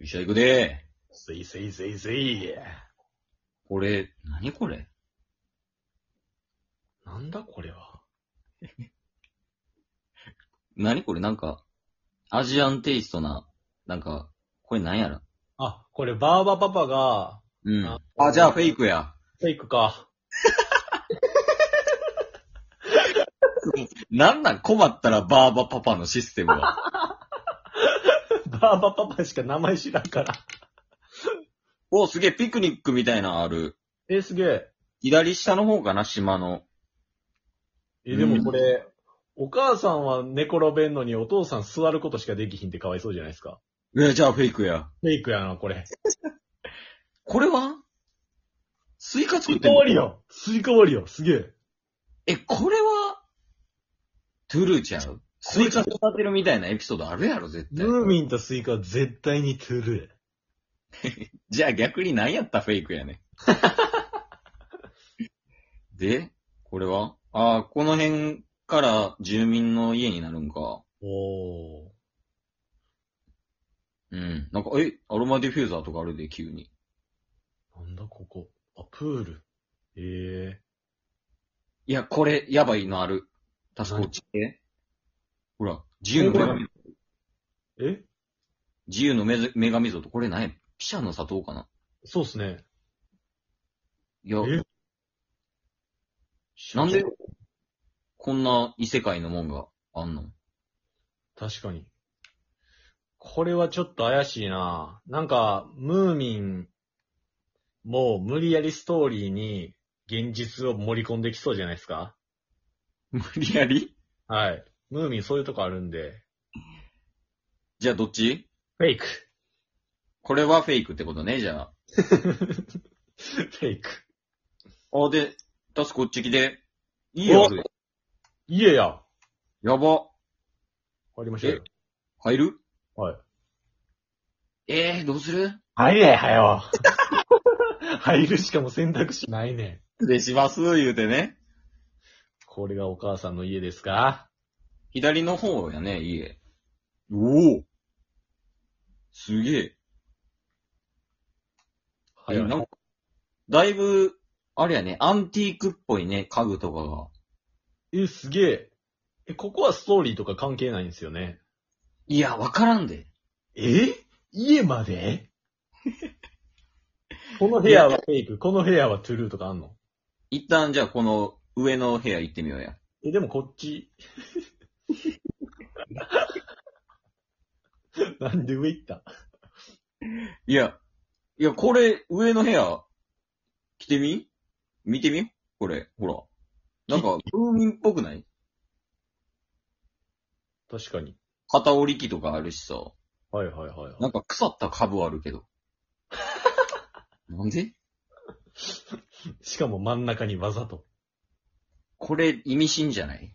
医者行くでせいせいせいせい。これ、何これなんだこれは。何これなんか、アジアンテイストな、なんか、これなんやらあ、これバーバパパが、うんあ。あ、じゃあフェイクや。フェイクか。なんなん困ったらバーバパパのシステム は。 バーバパパしか名前知らんから。お、すげえ、ピクニックみたいなのある。え、すげえ。左下の方かな島の。え、でもこれ、お母さんは寝転べんのにお父さん座ることしかできひんってかわいそうじゃないですか。え、じゃあフェイクや。フェイクやな、これ。これはスイカス作っイてカんの割りよスイカ割りよすげえ。え、これは、トゥルーちゃうスイカ育てるみたいなエピソードあるやろ、絶ム対。ーミンとスイカは絶対にトゥルじゃあ逆に何やったフェイクや ねん。で、これはああ、この辺から住民の家になるんか。ー。おー。うん。なんか、え、アロマディフューザーとかあるで、急に。なんだここ。あ、プール。えいや、これ、やばいのある。確かこっち系ほら、自由の女神、えー。え自由の女女神像と、これ何やピシャの砂糖かなそうっすね。いや、えなんで、こんな異世界のもんがあんの確かに。これはちょっと怪しいななんか、ムーミン、もう無理やりストーリーに現実を盛り込んできそうじゃないですか無理やりはい。ムーミンそういうとこあるんで。じゃあどっちフェイク。 これはフェイクってことね、じゃあ。フェイク。あ、で、タスこっち来て。いいよ。家や。やば。入りましょうよ。入るはい。ええー、どうする入れ、はよ。 入るしかも選択肢ないねん。失礼します、言うてね。これがお母さんの家ですか左の方やね、家。おおすげえ。はえなんか、だいぶ、あれやね、アンティークっぽいね、家具とかが。え、すげえ。え、ここはストーリーとか関係ないんですよね。いや、わからんで。え家まで この部屋はフェイク、この部屋はトゥルーとかあんの一旦、じゃあ、この上の部屋行ってみようや。え、でもこっち。 なんで上行ったいや、いや、これ、上の部屋、着てみ見てみこれ、ほら。なんか、ムーミンっぽくない確かに。片折り機とかあるしさ。はいはいはい、はなんか腐った株あるけど。 なんでい。しかも真ん中にわざと。これ、意味深じゃない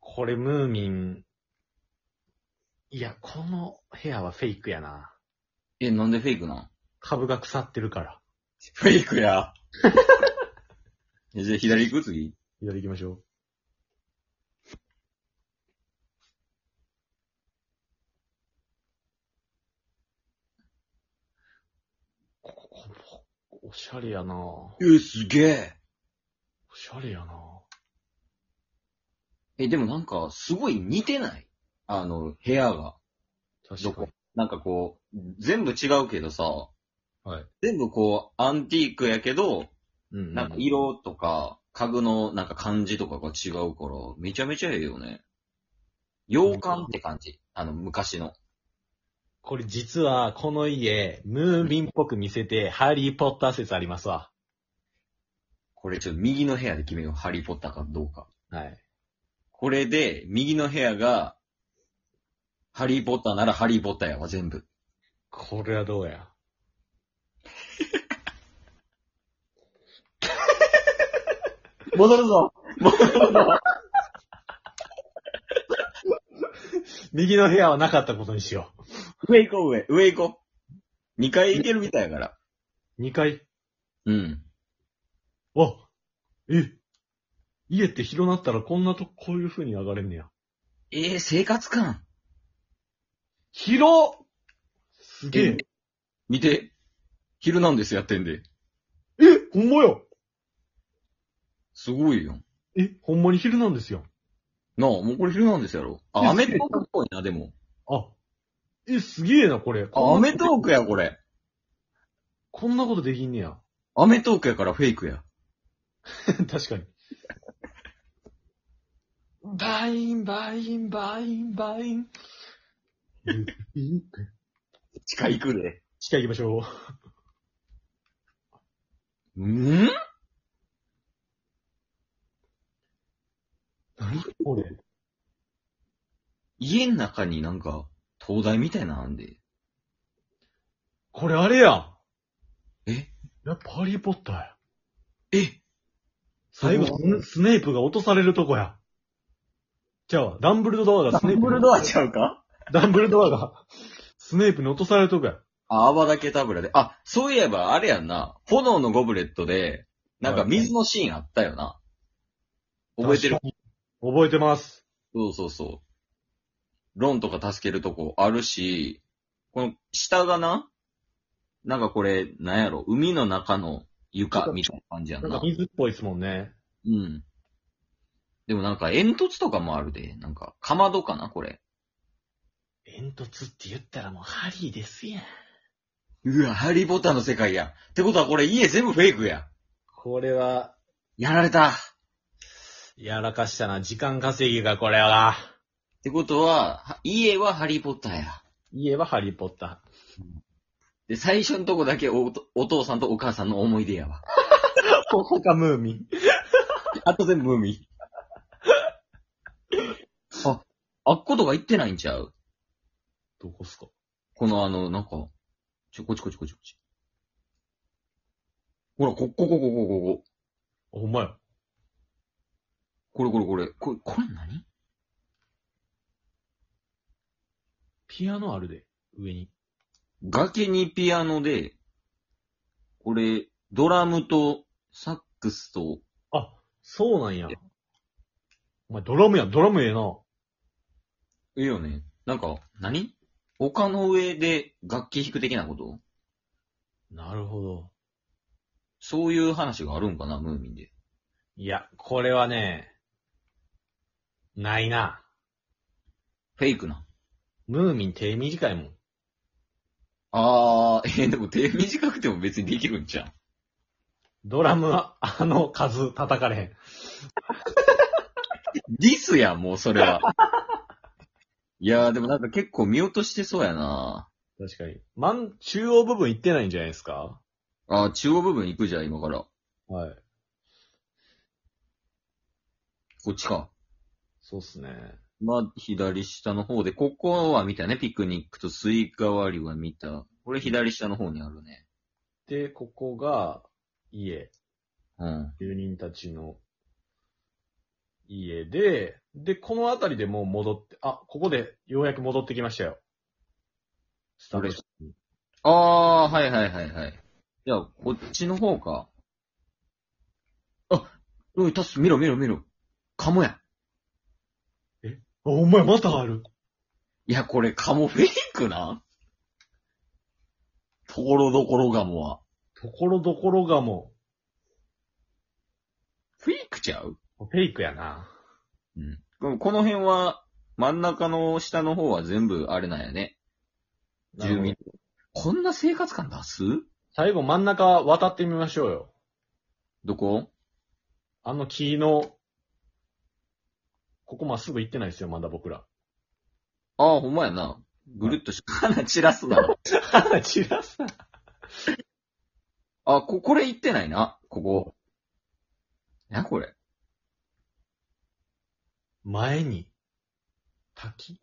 これムーミン。いや、この部屋はフェイクやな。え、なんでフェイクなん株が腐ってるから。フェイクや。え じゃあ、左行く次。左行きましょう。ここ、ここおしゃれやなぁおえ、すげえ。しゃれやなぁえ、でもなんか、すごい似てないあの、部屋が。ど確かこに。なんかこう、全部違うけどさ、はい。全部こう、アンティークやけど、うんうなんか色とか、家具のなんか感じとかが違うから、めちゃめちゃええよね。洋館って感じ。あの、昔の。これ実は、この家、ムーミンっぽく見せて、ハリーポッター説ありますわ。これちょっと右の部屋で決めよう。ハリーポッターかどうか。はい。これで、右の部屋が、ハリーポッターならハリーポッターやわ、全部。これはどうや。戻るぞ右の部屋はなかったことにしよ上行こう、上。上行こう。2階行けるみたいやから。う。2階。うん。あ、え、家って広なったらこんなとこ、こういう風に上がれんねや。ええ生活感。広っすげえ。見て。ヒルナンデスやってんで。え、ほんまや。すごいよ。え、ほんまに昼なんですよ。なあ、もうこれヒルナンデスやろ。いあ、やアメトークっぽいな、でも。あ、え、すげえな、これ。あ、アメトークや、これ。こんなことできんねや。 アメトークやからフェイクや。確かに。バイン、バイン、バイン、バイン。地下行くで。下行きましょう。うん何これ。家の中になんか、灯台みたいなのあんで。これあれや。えやっぱハリーポッターや。え最後そ、ススネープが落とされるとこや。じゃあ、ダンブルドアがダスネーンプ。ブルドアちゃうか ダンブルドアが、スネープに落とされるとこや。あ、泡だけタブラで。あ、そういえば、あれやんな。炎のゴブレットで、なんか水のシーンあったよな。覚えてる確かに覚えてます。そうそうそう。ロンとか助けるとこあるし、この下がな、なんかこれ、なんやろ、海の中の床みたいな感じやんなんかな。水っぽいですもんね。うん。でもなんか煙突とかもあるで、なんか、かまどかな、これ。煙突って言ったらもうハリーですやん。うわ、ハリーポッターの世界や。ってことはこれ家全部フェイクや。これは、やられた。っやらかしたな。時間稼ぎがこれは。てことは、は家はハリーポッターや。家はハリーポッタで、最初のとこだけおとお父さんとお母さんの思い出やわ。ー。ここかムーミン。あと全部海。 あ、あっことか行ってないんちゃうどこっすかこのあの、なんか、ちょ、こっちこっちこっちこっち。ほら、こ、ここ、ここ、ここ、あほんまや。これこれこれ、これ、これ何ピアノあるで、上に。崖にピアノで、これ、ドラムと、サックスと、あ、そうなんや。お前ドラムやん、ドラムええな。いいよね。なんか、何丘の上で楽器弾く的なことなるほど。そういう話があるんかな、ムーミンで。いや、これはね、ないな。フェイクな。ムーミン手短いもん。あー、えーでも手短くても別にできるんじゃん。ドラムは、あの数叩かれへん。ディスや、もうそれは。いやー、でもなんか結構見落としてそうやな確かに。真ん、中央部分行ってないんじゃないですかあー、中央部分行くじゃん、今から。はい。こっちか。そうっすね。まあ、左下の方で、ここは見たね。ピクニックとスイカ割りは見た。これ左下の方にあるね。で、ここが、家。うん。住人たちの家で、で、この辺りでもう戻って、あ、ここでようやく戻ってきましたよ。スタート地点にあー、はいはいはいはい。じゃあ、こっちの方か。あ、うん、タス、見ろ見ろ見ろ。カモや。あ、お前またある。いや、これカモフェイクなところどころガモは。ところどころがもフェイクちゃうう、フェイクやな。うん。でもこの辺は、真ん中の下の方は全部あれなんやね。住民。こんな生活感出す最後真ん中渡ってみましょうよ。どこあの木の、ここまっすぐ行ってないですよ、まだ僕 ら。ああ、ほんまやな。ぐるっとし、花散らすな。 散らすな。あ、こ、これ行ってないな。ここ。な、これ。前に、滝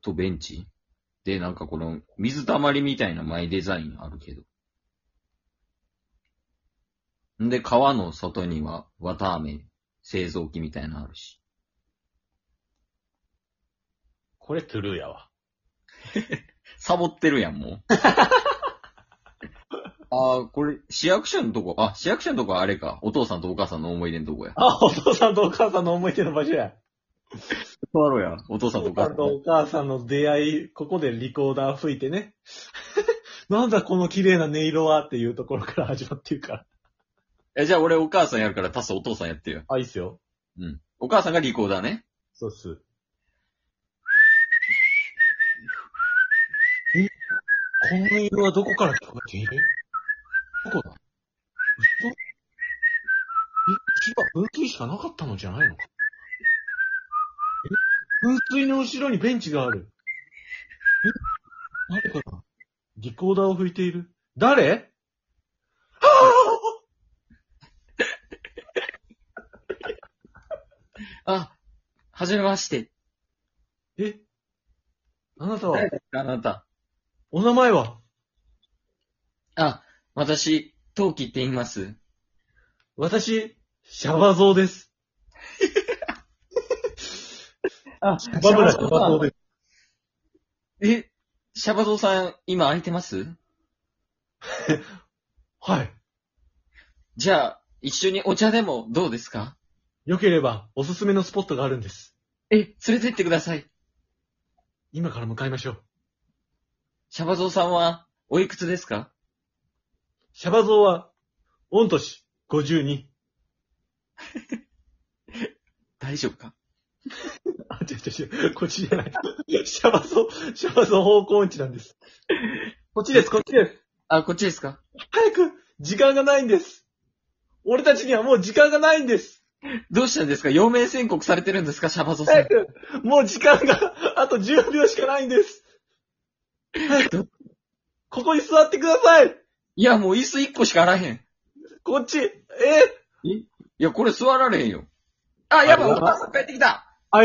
とベンチ。で、なんかこの、水溜まりみたいなマイデザインあるけど。んで、川の外には、綿飴製造機みたいなのあるし。これトゥルーやわ。サボってるやん、 もう。ああ、これ、市役所のとこ、あ、市役所のとこはあれか。お父さんとお母さんの思い出のとこや。あ、お父さんとお母さんの思い出の場所や。座ろうや。お父さんとお母あさん。とお母さんの出会い、ここでリコーダー吹いてね。 なんだこの綺麗な音色はっていうところから始まってるから。え、じゃあ俺お母さんやるからタスお父さんやってよ。あ、いいっすよ。うん。お母さんがリコーダーね。そうっす。えこの音色はどこから聞こえているどこだ嘘え、火は噴水しかなかったのじゃないのかえ噴水の後ろにベンチがある。え誰かなリコーダーを吹いている。誰あ、はじめまして。えあなたは誰、ですかあなた。お名前はあ、私、陶器って言います。私、シャバゾウです。あ、シシャバブラシャバゾウです。え、シャバゾウさん、今空いてますはい。じゃあ、一緒にお茶でもどうですかよければ、おすすめのスポットがあるんです。え、連れてってください。今から向かいましょう。シャバゾウさんは、おいくつですかシャバゾウは、御年52。大丈夫かあ、違う違う違う、こっちじゃない。シャバゾウ、シャバゾウ方向音痴なんです。こっちです、こっちです。あ、こっちですか早く、時間がないんです。俺たちにはもう時間がないんです。どうしたんですか陽明宣告されてるんですかシャバゾウさ早ん。く、もう時間が、あと10秒しかないんです。早く、ここに座ってください。いや、もう椅子一個しかあらへん。こっち、えーいや、これ座られへんよ。あ、やばい、あお母さん帰ってきた